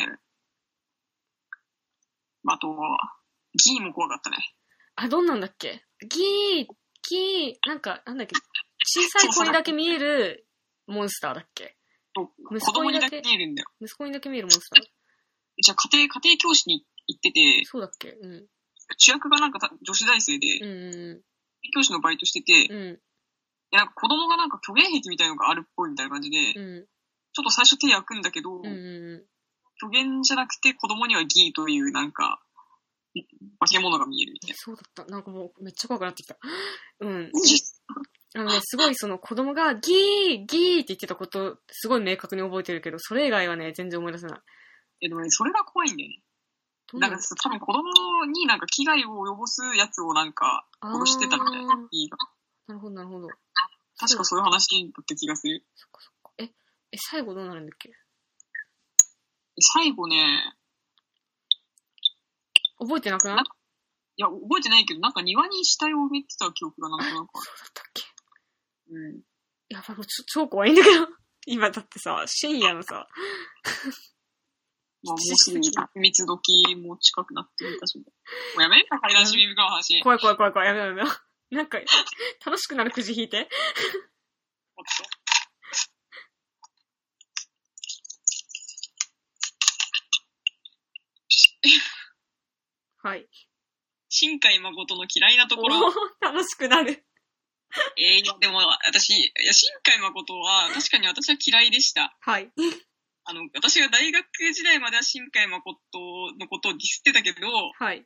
Speaker 1: まあ、あとは、ギーも怖かったね。
Speaker 2: な。あ、どんなんだっけギー、ギー、なんか、なんだっけ、小さい子にだけ見えるモンスターだっけ
Speaker 1: そう
Speaker 2: 息
Speaker 1: 子
Speaker 2: 子
Speaker 1: 供
Speaker 2: に
Speaker 1: に
Speaker 2: だ
Speaker 1: だ
Speaker 2: け
Speaker 1: け見えるんだよ。
Speaker 2: 息子にだけ見えるモンスター。
Speaker 1: じゃあ家庭、家庭教師に行ってて、
Speaker 2: そうだっけうん。
Speaker 1: 主役がなんかた女子大生で、家
Speaker 2: う
Speaker 1: 庭
Speaker 2: んう
Speaker 1: 教師のバイトしてて、
Speaker 2: んうん。
Speaker 1: でなんか子供がなんか虚言癖みたいのがあるっぽいみたいな感じで、
Speaker 2: うんう
Speaker 1: ちょっと最初手焼くんだけど、
Speaker 2: ん。うんうんう
Speaker 1: 虚言じゃなくて子供にはギーというなんか、化け物が見えるみた
Speaker 2: ん。
Speaker 1: い
Speaker 2: そうだった。なんかもうめっちゃ怖くなってきた。うん。
Speaker 1: な。
Speaker 2: あのね、すごいその子供がギー、ギーって言ってたこと、すごい明確に覚えてるけど、それ以外はね、全然思い出せない。
Speaker 1: え、でもね、それが怖いんだよね。
Speaker 2: どう
Speaker 1: な
Speaker 2: なんの
Speaker 1: かさ多分子供になんか危害を及ぼすやつをなんか
Speaker 2: あー
Speaker 1: 殺してたみたいな。いいが
Speaker 2: なるほど、なるほど。
Speaker 1: 確かそういう話だった気がする。
Speaker 2: そっかそっか。え、え、最後どうなるんだっけ
Speaker 1: 最後ね、
Speaker 2: 覚えてなくない
Speaker 1: なないや、覚えてないけど、なんか庭に死体を埋めてた記憶がなんとなくある。
Speaker 2: そうだったっけ
Speaker 1: うん。
Speaker 2: やばい、もうちょ超怖いんだけど。 今だってさ、深夜のさ、
Speaker 1: まあ、もうすぐ三つ時も近くなってるかしら。もうやめるか、階段しみるかの話。
Speaker 2: 怖い怖い怖い怖い、やめようやめよう。なんか、楽しくなるくじ引いて。はい。
Speaker 1: 新海誠の嫌いなと
Speaker 2: お
Speaker 1: ころ。
Speaker 2: ー 楽しくなる。
Speaker 1: えーいやでも私、いや、新海誠は確かに私は嫌いでした。
Speaker 2: はい。
Speaker 1: あの、私が大学時代までは新海誠のことをディスってたけど、
Speaker 2: はい。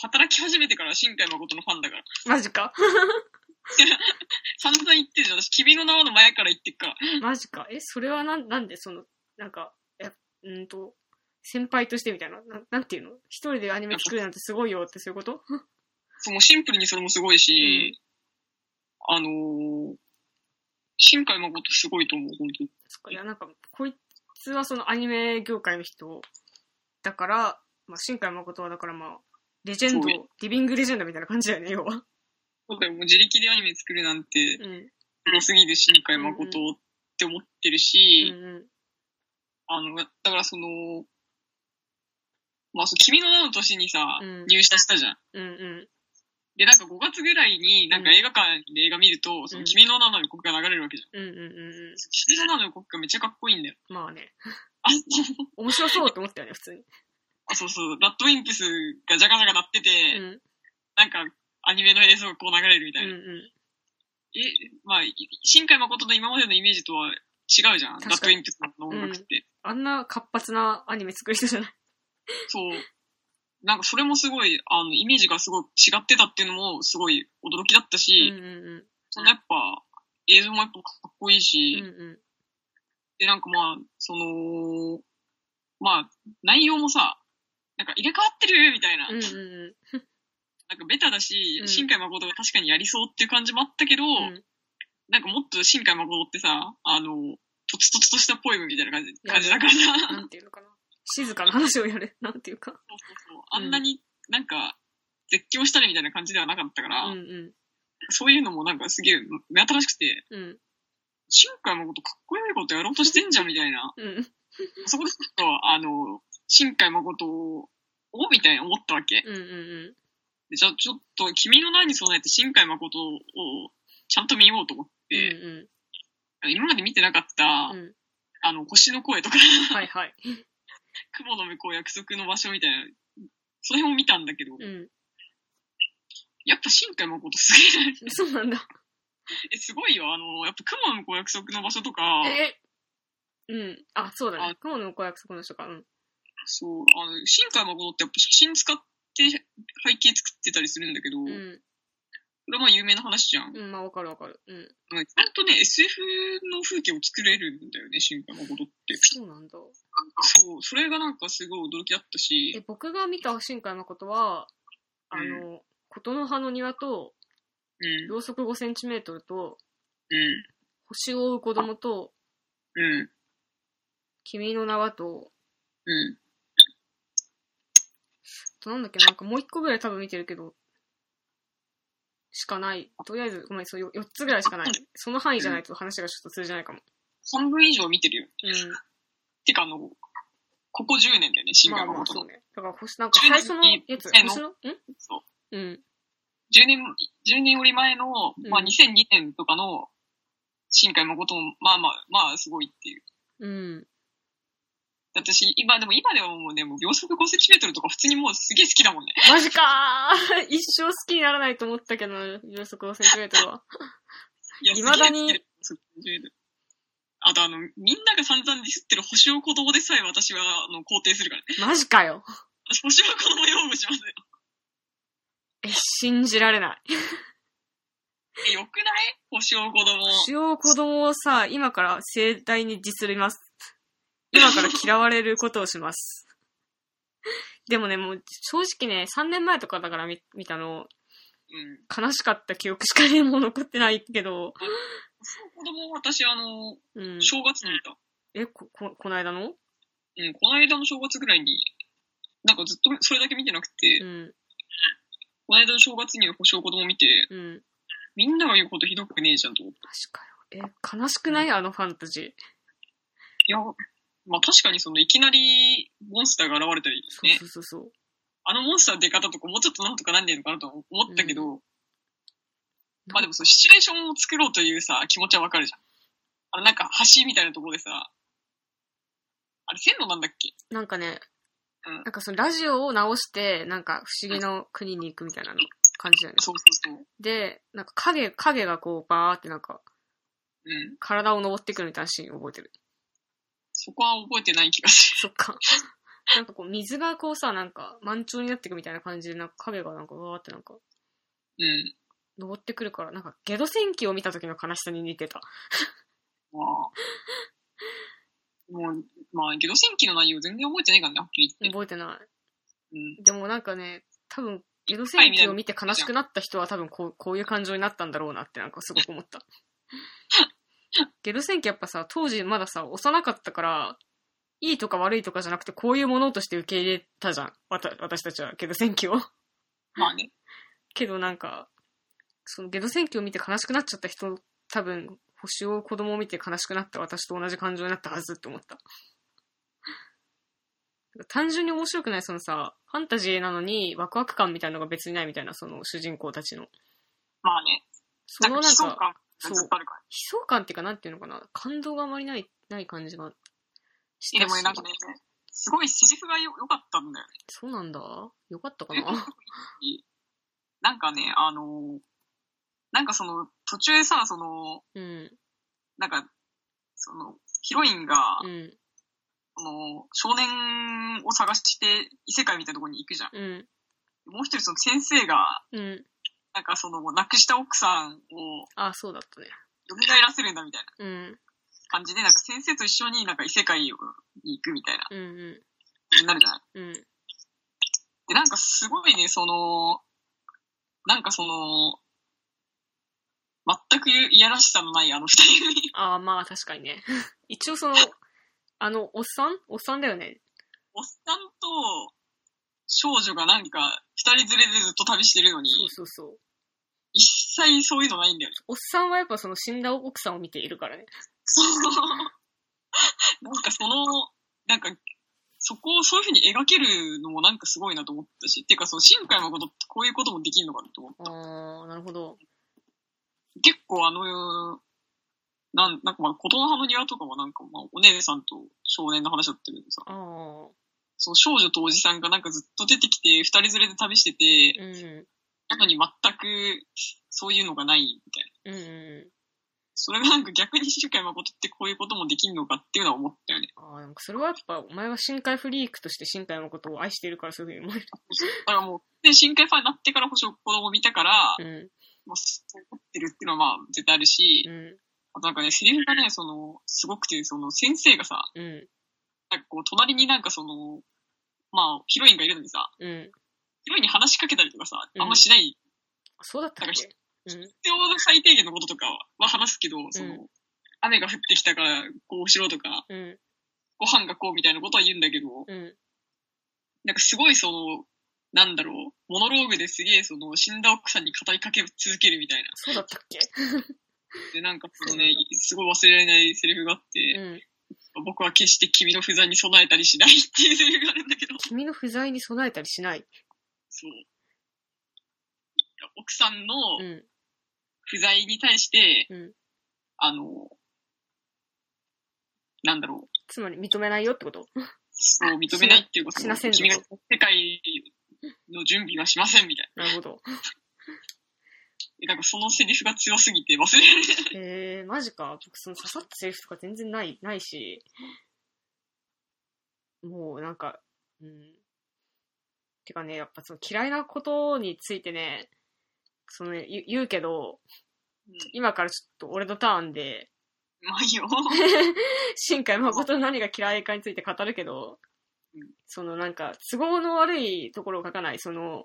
Speaker 1: 働き始めてからは新海誠のファンだから。
Speaker 2: マジか。
Speaker 1: 散々言ってるじゃん。私、君の名はの前から言ってっから。
Speaker 2: マジか。え、それはなん、なんでその、なんか、え、うんと、先輩としてみたいな、なんなんていうの一人でアニメ作るなんてすごいよってそういうこと
Speaker 1: そのシンプルにそれもすごいし、あのー、新海誠すごいと思う、本当に。
Speaker 2: そっか、いや、なんか、こいつはそのアニメ業界の人だから、まあ、新海誠はだからまあ、レジェンド
Speaker 1: そうよ、
Speaker 2: リビングレジェンドみたいな感じだよね、要は。
Speaker 1: そうだよ、もう自力でアニメ作るなんて、
Speaker 2: うん。うん
Speaker 1: 黒すぎる新海誠って思ってるし、
Speaker 2: う
Speaker 1: あの、だからその、まあ、そう君の名の年にさ、
Speaker 2: うん
Speaker 1: 入社したじゃん。
Speaker 2: ん。うんうん。
Speaker 1: で、なんか5月ぐらいに、なんか映画館で映画見ると、その君の名の予告が流れるわけじゃん。
Speaker 2: うんうんうんう
Speaker 1: 君の名の予告がめっちゃかっこいいんだよ。
Speaker 2: ん。まあね、
Speaker 1: あ、そう
Speaker 2: 面白そうと思ったよね、普通に。
Speaker 1: あそうそう、ラッドウィンプスがジャカジャカ鳴ってて、
Speaker 2: うん。
Speaker 1: なんか、アニメの映像がこう流れるみた
Speaker 2: う
Speaker 1: い
Speaker 2: ん
Speaker 1: な。
Speaker 2: う
Speaker 1: え、まあ、い新海誠の今までのイメージとは違うじゃん。ラ
Speaker 2: 確
Speaker 1: ッド
Speaker 2: か
Speaker 1: ウ
Speaker 2: に
Speaker 1: ィンプスの音楽って。
Speaker 2: ん。あんな活発なアニメ作る人じゃない。
Speaker 1: そう。なんかそれもすごい、あの、イメージがすごい違ってたっていうのもすごい驚きだったし、
Speaker 2: うんうん
Speaker 1: そのやっぱ、映像もやっぱかっこいいし
Speaker 2: う、ん。うんうん。
Speaker 1: で、なんかまあ、その、まあ、内容もさ、なんか入れ替わってるみたいな、
Speaker 2: うんう
Speaker 1: なん
Speaker 2: ん
Speaker 1: か
Speaker 2: うん。
Speaker 1: ベタだし、
Speaker 2: うん
Speaker 1: 新海誠が確かにやりそうっていう感じもあったけど、
Speaker 2: うん
Speaker 1: なんかもっと新海誠ってさ、あの、とつとつとしたポエムみたいな感じ
Speaker 2: や
Speaker 1: 感じだからさ、 そう
Speaker 2: なんていうのかな。静かな話をや る。なんていうか。
Speaker 1: そうそうあんなになんか、絶叫したりみたいな感じではなかったから、
Speaker 2: うんう
Speaker 1: そういうのもなんかすげえ目新しくて、
Speaker 2: ん。うん。
Speaker 1: 新海誠かっこよいことやろうとしてんじゃんみたいな。
Speaker 2: うん。
Speaker 1: そこでちょっと、あの、新海誠を、みたいに思ったわけ。
Speaker 2: うんうん
Speaker 1: でじゃあちょっと、君の名に備えて新海誠をちゃんと見ようと思っ
Speaker 2: うん。
Speaker 1: て、
Speaker 2: うん
Speaker 1: 今まで見てなかった、
Speaker 2: うん。うん。
Speaker 1: あの、星の声とか、
Speaker 2: はいはい。
Speaker 1: 雲の向こう約束の場所みたいな、その辺も見たんだけど、
Speaker 2: うん。
Speaker 1: やっぱ新海誠すげえな。
Speaker 2: そうなんだ。
Speaker 1: え、すごいよ。あの、やっぱ雲の向こう約束の場所とか、
Speaker 2: えうん。あ、そうだね
Speaker 1: あ。
Speaker 2: 雲の向こう約束の人か。うん。
Speaker 1: そう、あの、新海誠ってやっぱ写真使って背景作ってたりするんだけど、こ
Speaker 2: うん。
Speaker 1: れはまあ有名な話じゃん。
Speaker 2: うん、まあわかるわかる。うん。
Speaker 1: まあちゃんとね、SF の風景を作れるんだよね、新海誠って。
Speaker 2: そうなんだ。
Speaker 1: なんかそう、それがなんかすごい驚きだった
Speaker 2: え、
Speaker 1: し、
Speaker 2: 僕が見た新海誠は、あの、琴の葉の庭と、
Speaker 1: うん、
Speaker 2: ろうそく5センチメートルと、
Speaker 1: うん、
Speaker 2: 星を追う子供と、
Speaker 1: うん、
Speaker 2: 君の名はと、
Speaker 1: うん。
Speaker 2: あとなんだっけな、なんかもう一個ぐらい多分見てるけど、しかない。とりあえず、ごめん、そう、よ4つぐらいしかない。その範囲じゃないと話がちょっと通じないかも。
Speaker 1: 半分以上見てるよ。
Speaker 2: うん。
Speaker 1: てかあの、ここ10年だよね、新
Speaker 2: まあ
Speaker 1: 海
Speaker 2: まあ、
Speaker 1: 誠
Speaker 2: そう
Speaker 1: の。
Speaker 2: ね。だから星、なんか最初のやつ、
Speaker 1: えの
Speaker 2: 星の、ん
Speaker 1: そう
Speaker 2: うん。
Speaker 1: 10年、10年より前の、まあ
Speaker 2: うん
Speaker 1: 2002年とかの新海誠も、まあまあ、まあ、すごいっていう。
Speaker 2: うん。
Speaker 1: だって私、今、でも今ではもうね、もう秒速5センチメートルとか普通にもうすげえ好きだもんね。
Speaker 2: マジかー 一生好きにならないと思ったけど、秒速5センチメートルは。
Speaker 1: いや、すげえ
Speaker 2: 未だに
Speaker 1: 好きでそうあとあの、みんなが散々ディスってる星を子供でさえ私は、あの、肯定するからね。
Speaker 2: マジかよ。
Speaker 1: 私、星を子供擁護しますよ。
Speaker 2: え、信じられない。
Speaker 1: え、よくない星を子供。
Speaker 2: 主要子供をさ、今から盛大にディスります。今から嫌われることをします。 でもね、もう正直ね、3年前とかだから見見たの、
Speaker 1: うん。
Speaker 2: 悲しかった記憶しかね、もう残ってないけど、
Speaker 1: 星を子供は私、あの、
Speaker 2: うん。
Speaker 1: 正月に見た。
Speaker 2: え、こ、こ、この間の
Speaker 1: うん、この間の正月ぐらいに、なんかずっとそれだけ見てなくて、
Speaker 2: うん、
Speaker 1: この間の正月に星を子供見て、
Speaker 2: うん。
Speaker 1: みんなが言うことひどくねえじゃんと思って。
Speaker 2: マジかよ。え、悲しくないあのファンタジー。
Speaker 1: いや、まあ確かにその、いきなりモンスターが現れたり
Speaker 2: そう
Speaker 1: ね、
Speaker 2: そうそうそう。
Speaker 1: あのモンスターの出方とかもうちょっとなんとかなんねえのかなと思ったけど、まあでもそのシチュエーションを作ろうというさ、気持ちはわかるじゃん。あのなんか橋みたいなところでさ、あれ線路なんだっけ
Speaker 2: なんかね、
Speaker 1: うん
Speaker 2: なんかそのラジオを直して、なんか不思議の国に行くみたいなの感じだよね。
Speaker 1: そうそうそう。
Speaker 2: で、なんか影、影がこうバーってなんか
Speaker 1: うん。
Speaker 2: 体を登ってくるみたいなシーン覚えてる。
Speaker 1: そこは覚えてない気がす
Speaker 2: そ
Speaker 1: る。
Speaker 2: っか。 なんかこう水がこうさ、なんか満潮になってくみたいな感じで、なんか影がなんかわーってなんか
Speaker 1: うん。
Speaker 2: 登ってくるから、なんかゲド戦記を見た時の悲しさに似てた。
Speaker 1: まあ。もう、まあ、ゲド戦記の内容全然覚えてないからね、はっきり言って。
Speaker 2: 覚えてない。
Speaker 1: うん。
Speaker 2: でもなんかね、多分、ゲド戦記を見て悲しくなった人は多分こうこういう感情になったんだろうなってなんかすごく思った。ゲド戦記やっぱさ、当時まださ、幼かったから、いいとか悪いとかじゃなくて、こういうものとして受け入れたじゃん。わた私たちはゲド戦記を。
Speaker 1: まあね。
Speaker 2: けどなんか、そのゲド戦記を見て悲しくなっちゃった人、多分、星を子供を見て悲しくなった私と同じ感情になったはずって思った。単純に面白くないそのさ、ファンタジーなのにワクワク感みたいなのが別にないみたいな、その主人公たちの。
Speaker 1: まあね。
Speaker 2: その
Speaker 1: なん
Speaker 2: な
Speaker 1: か
Speaker 2: ん
Speaker 1: 悲壮
Speaker 2: か、
Speaker 1: 感がずっとあるから。
Speaker 2: 悲壮感っていうか、なんていうのかな、感動があまりない、ない感じがし
Speaker 1: え
Speaker 2: たし
Speaker 1: でもね、なんかね、すごいセリフがよ良かったんだよね。
Speaker 2: そうなんだ。よかったかな。
Speaker 1: なんかね、あのーなんかその、途中さ、その、
Speaker 2: うん、
Speaker 1: なんか、その、ヒロインが、
Speaker 2: うん、
Speaker 1: その、少年を探して異世界みたいなところに行くじゃん。
Speaker 2: うん、
Speaker 1: もう一人その先生が、
Speaker 2: うん。
Speaker 1: なんかその、亡くした奥さんを
Speaker 2: あ、そうだったね。
Speaker 1: 蘇らせるんだみたいな
Speaker 2: うん、
Speaker 1: 感じで、なんか先生と一緒になんか異世界に行くみたいな、
Speaker 2: うん、う
Speaker 1: になるじゃない。
Speaker 2: ん、うん。
Speaker 1: で、なんかすごいね、その、なんかその、全くいやらしさのないあの二人組。
Speaker 2: ああ、まあ確かにね。 一応その、あの、おっさんおっさんだよね。
Speaker 1: おっさんと少女がなんか二人連れでずっと旅してるのに、
Speaker 2: そうそうそう。
Speaker 1: 一切そういうのないんだよね。
Speaker 2: おっさんはやっぱその死んだ奥さんを見ているからね。
Speaker 1: そう。なんかその、なんか、そこをそういうふうに描けるのもなんかすごいなと思ったし、っていうかその新海誠ってこういうこともできるのかなと思って。
Speaker 2: ああ、なるほど。
Speaker 1: 結構あの、なん、なんかまあ、琴の葉の庭とかもなんかまあ、お姉さんと少年の話だったけどさ、
Speaker 2: あ
Speaker 1: その少女とおじさんがなんかずっと出てきて、二人連れで旅してて
Speaker 2: あ、、うん、
Speaker 1: なのに全くそういうのがないみたいな。
Speaker 2: うん、うん。
Speaker 1: それがなんか逆に新海誠ってこういうこともできるのかっていうのは思ったよね。
Speaker 2: ああ、なんかそれはやっぱ、お前は深海フリークとして深海のことを愛しているからそういうふうに思える。
Speaker 1: だからもう、で、新海ファンになってから星を子供見たから、
Speaker 2: うん、
Speaker 1: まあ、そう思ってるっていうのはまあ、絶対あるし、
Speaker 2: う
Speaker 1: あとなんかね、セリフがね、その、すごくて、その、先生がさ、
Speaker 2: ん、う
Speaker 1: なんかこう、隣になんかその、まあ、ヒロインがいるのにさ、
Speaker 2: ん、うん。
Speaker 1: ヒロインに話しかけたりとかさ、
Speaker 2: うん
Speaker 1: あんましない、
Speaker 2: そうだったっけうん。
Speaker 1: 必要な最低限のこととかは話すけど、その、
Speaker 2: う
Speaker 1: 雨が降ってきたから、こうしろとか、
Speaker 2: うん、
Speaker 1: ご飯がこうみたいなことは言うんだけど、
Speaker 2: うん、
Speaker 1: なんかすごいその、なんだろう、モノローグですげえその、死んだ奥さんに語りかけ続けるみたいな。
Speaker 2: そうだったっけ
Speaker 1: で、なんかその
Speaker 2: そう
Speaker 1: ね、すごい忘れられないセリフがあって、
Speaker 2: うん。
Speaker 1: 僕は決して君の不在に備えたりしないっていうセリフがあるんだけど、
Speaker 2: 君の不在に備えたりしない。
Speaker 1: そう。奥さんの
Speaker 2: うん、
Speaker 1: 不在に対して、
Speaker 2: うん
Speaker 1: あの、なんだろう、
Speaker 2: つまり認めないよってこと
Speaker 1: そう認めないっていうこと
Speaker 2: しなせんぞ
Speaker 1: 君が世界の準備はしませんみたい
Speaker 2: なるほど。
Speaker 1: な。なんかそのセリフが強すぎて忘れら れない。
Speaker 2: えー、マジか。僕、その刺さったセリフとか全然ない、ないし、もうなんか、うん。てかね、やっぱその嫌いなことについてね、その、言う言うけど、
Speaker 1: うん
Speaker 2: 今からちょっと俺のターン で、
Speaker 1: まあいいよ。
Speaker 2: 新海誠の何が嫌いかについて語るけど
Speaker 1: うん、
Speaker 2: そのなんか、都合の悪いところを書かない、その、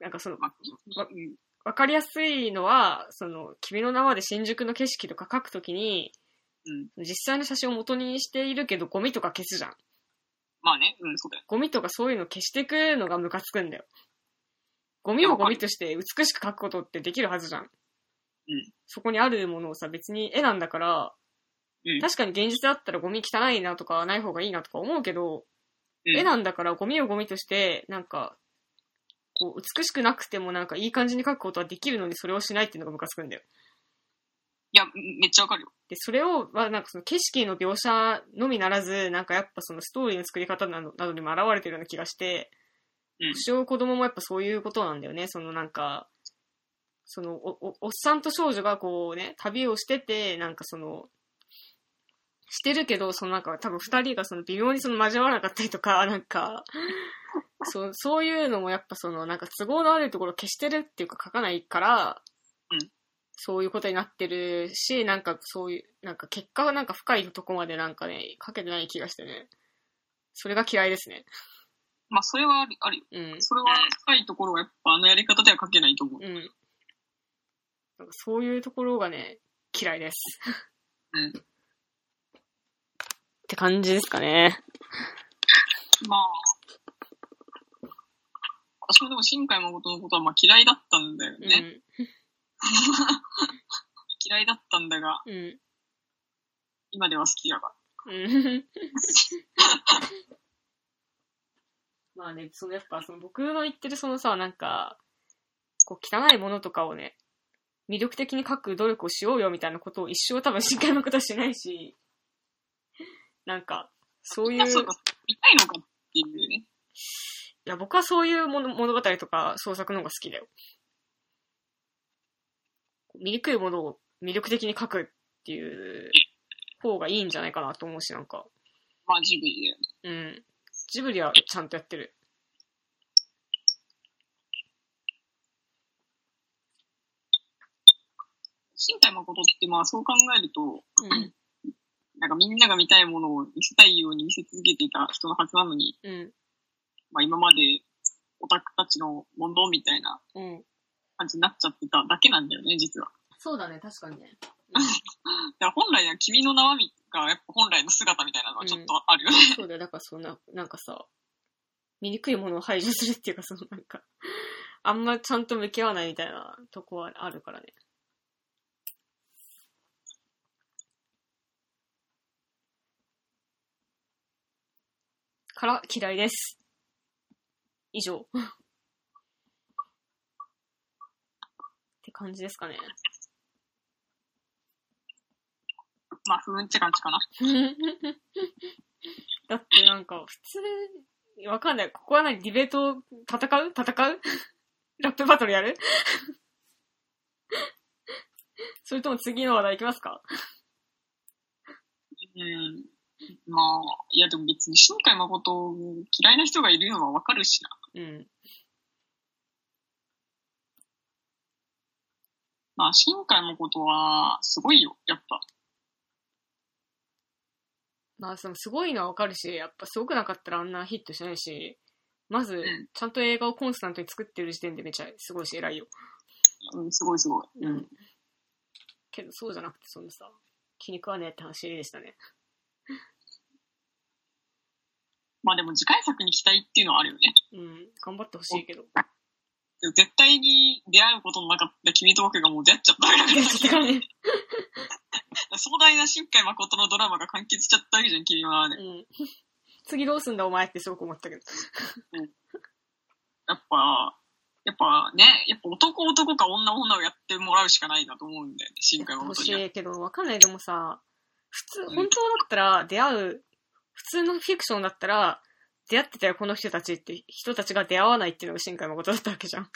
Speaker 2: なんかその、
Speaker 1: まあ
Speaker 2: ま
Speaker 1: うん
Speaker 2: わかりやすいのは、その、君の名はで新宿の景色とか書くときに、
Speaker 1: うん
Speaker 2: 実際の写真を元にしているけど、ゴミとか消すじゃん。
Speaker 1: まあね、うん、そうだよ。
Speaker 2: ゴミとかそういうの消していくのがムカつくんだよ。ゴミをゴミとして美しく書くことってできるはずじゃん。
Speaker 1: うん
Speaker 2: そこにあるものをさ、別に絵なんだから、
Speaker 1: うん
Speaker 2: 確かに現実だったらゴミ汚いなとか、ない方がいいなとか思うけど、
Speaker 1: うん
Speaker 2: 絵なんだからゴミをゴミとして、なんか、こう、美しくなくてもなんかいい感じに描くことはできるのにそれをしないっていうのがムカつくんだよ。
Speaker 1: いや、うんめっちゃわかるよ。
Speaker 2: で、それを、まあ、なんかその景色の描写のみならず、なんかやっぱそのストーリーの作り方などなどにも現れてるような気がして、
Speaker 1: うん
Speaker 2: 年を子供もやっぱそういうことなんだよね。そのなんか、そのお、お、おっさんと少女がこうね、旅をしてて、なんかその、してるけど、そのなんか多分二人がその微妙にその交わらなかったりとか、 なんか、そう、そういうのもやっぱそのなんか都合の悪いところを消してるっていうか書かないから、そういうことになってるし、なんかそういう、なんか結果はなんか深いとこまでなんかね、かけてない気がしてね。それが嫌いですね。
Speaker 1: まあそれはあるあるよ。
Speaker 2: うん。
Speaker 1: それは深いところはやっぱあのやり方では書けないと思う。
Speaker 2: うん。なんかそういうところがね、嫌いです。
Speaker 1: うん
Speaker 2: って感じですかね。
Speaker 1: まあ、私もでも新海誠のことはまあ嫌いだったんだよね。嫌いだったんだが、
Speaker 2: うん。うん。
Speaker 1: 今では好きだが。
Speaker 2: うん。 まあね、そのやっぱその僕の言ってるそのさ、なんか、こう汚いものとかをね、魅力的に書く努力をしようよみたいなことを一生多分真剣なことはしないし、なんか、そういう、い
Speaker 1: そうか、見たいのかっていうね。
Speaker 2: や僕はそういうもの物語とか創作の方が好きだよ。醜いものを魅力的に書くっていう方がいいんじゃないかなと思うし、なんか。
Speaker 1: まあジブリだよね。
Speaker 2: うん。ジブリはちゃんとやってる。
Speaker 1: 新海誠ってまあそう考えると、
Speaker 2: うん。
Speaker 1: なんかみんなが見たいものを見せたいように見せ続けていた人のはずなのに、
Speaker 2: うん。
Speaker 1: まあ今までオタクたちの問答みたいな
Speaker 2: うん。
Speaker 1: 感じになっちゃってただけなんだよね、実は。
Speaker 2: そうだね、確かにね。
Speaker 1: だから本来は君の名はがやっぱ本来の姿みたいなのはちょっとあるよね。
Speaker 2: そうだよ、だからそんな、なんかさ、醜いものを排除するっていうか、そのなんか、あんまちゃんと向き合わないみたいなとこはあるからね。から嫌いです。以上。って感じですかね。
Speaker 1: まあ不運って感じかな。
Speaker 2: だってなんか、普通、わかんない。ここは何ディベート、戦う戦う ラップバトルやる それとも次の話題いきますか
Speaker 1: うん。まあ、いやでも別に新海誠嫌いな人がいるのはわかるしな。
Speaker 2: うん。
Speaker 1: まあ新海誠はすごいよ、やっぱ。
Speaker 2: まあ、その、すごいのはわかるし、やっぱすごくなかったらあんなヒットしないし、まず
Speaker 1: ん、
Speaker 2: ちゃんと映画をコンスタントに作ってる時点でめちゃすごいし偉いよ。
Speaker 1: うん、すごいすごい。
Speaker 2: うん。けど、そうじゃなくて、そのさ、気に食わねえって話でしたね。
Speaker 1: まあでも次回作に期待っていうのはあるよね。
Speaker 2: うん。頑張ってほしいけ ど。
Speaker 1: 絶対に出会うことのなかった君と僕がもう出会っちゃったわけだか
Speaker 2: だから ね
Speaker 1: ら、壮大な新海誠のドラマが完結しちゃったわけじゃん、君は、ね。
Speaker 2: うん。 次どうすんだお前ってすごく思ったけど。
Speaker 1: やっぱ、やっぱね、やっぱ男男か女女をやってもらうしかないなと思うんだよね、深海は
Speaker 2: 欲
Speaker 1: 本当
Speaker 2: し
Speaker 1: に。
Speaker 2: いけど、わかんない。でもさ、普通、
Speaker 1: うん
Speaker 2: 本当だったら出会う、普通のフィクションだったら、出会ってたよ、この人たちって、人たちが出会わないっていうのが新海誠だったわけじゃん。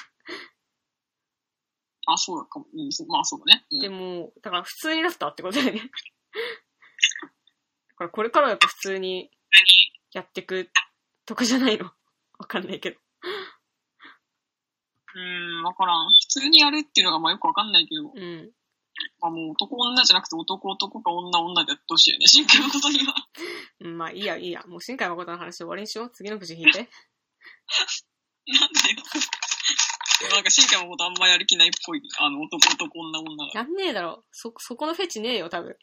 Speaker 1: あ、そうかも。うん、そまあそうだね。うん
Speaker 2: でも、だから普通になったってことだよね。だ からこれからはやっぱ普通にやってくとかじゃないの。わかんないけど。
Speaker 1: うん、わからん。普通にやるっていうのがまあよくわかんないけど、
Speaker 2: うん。
Speaker 1: まあもう男女じゃなくて男男か女女でやってほしいよね、深海のことには。
Speaker 2: うんまあいいや、いいや。もう新海誠の話終わりにしよう。次のくじ引いて。
Speaker 1: なんだよ。なんか深海のことあんまやる気ないっぽい。あの、男男女女が。
Speaker 2: やんねえだろ。そ、そこのフェチねえよ、多分。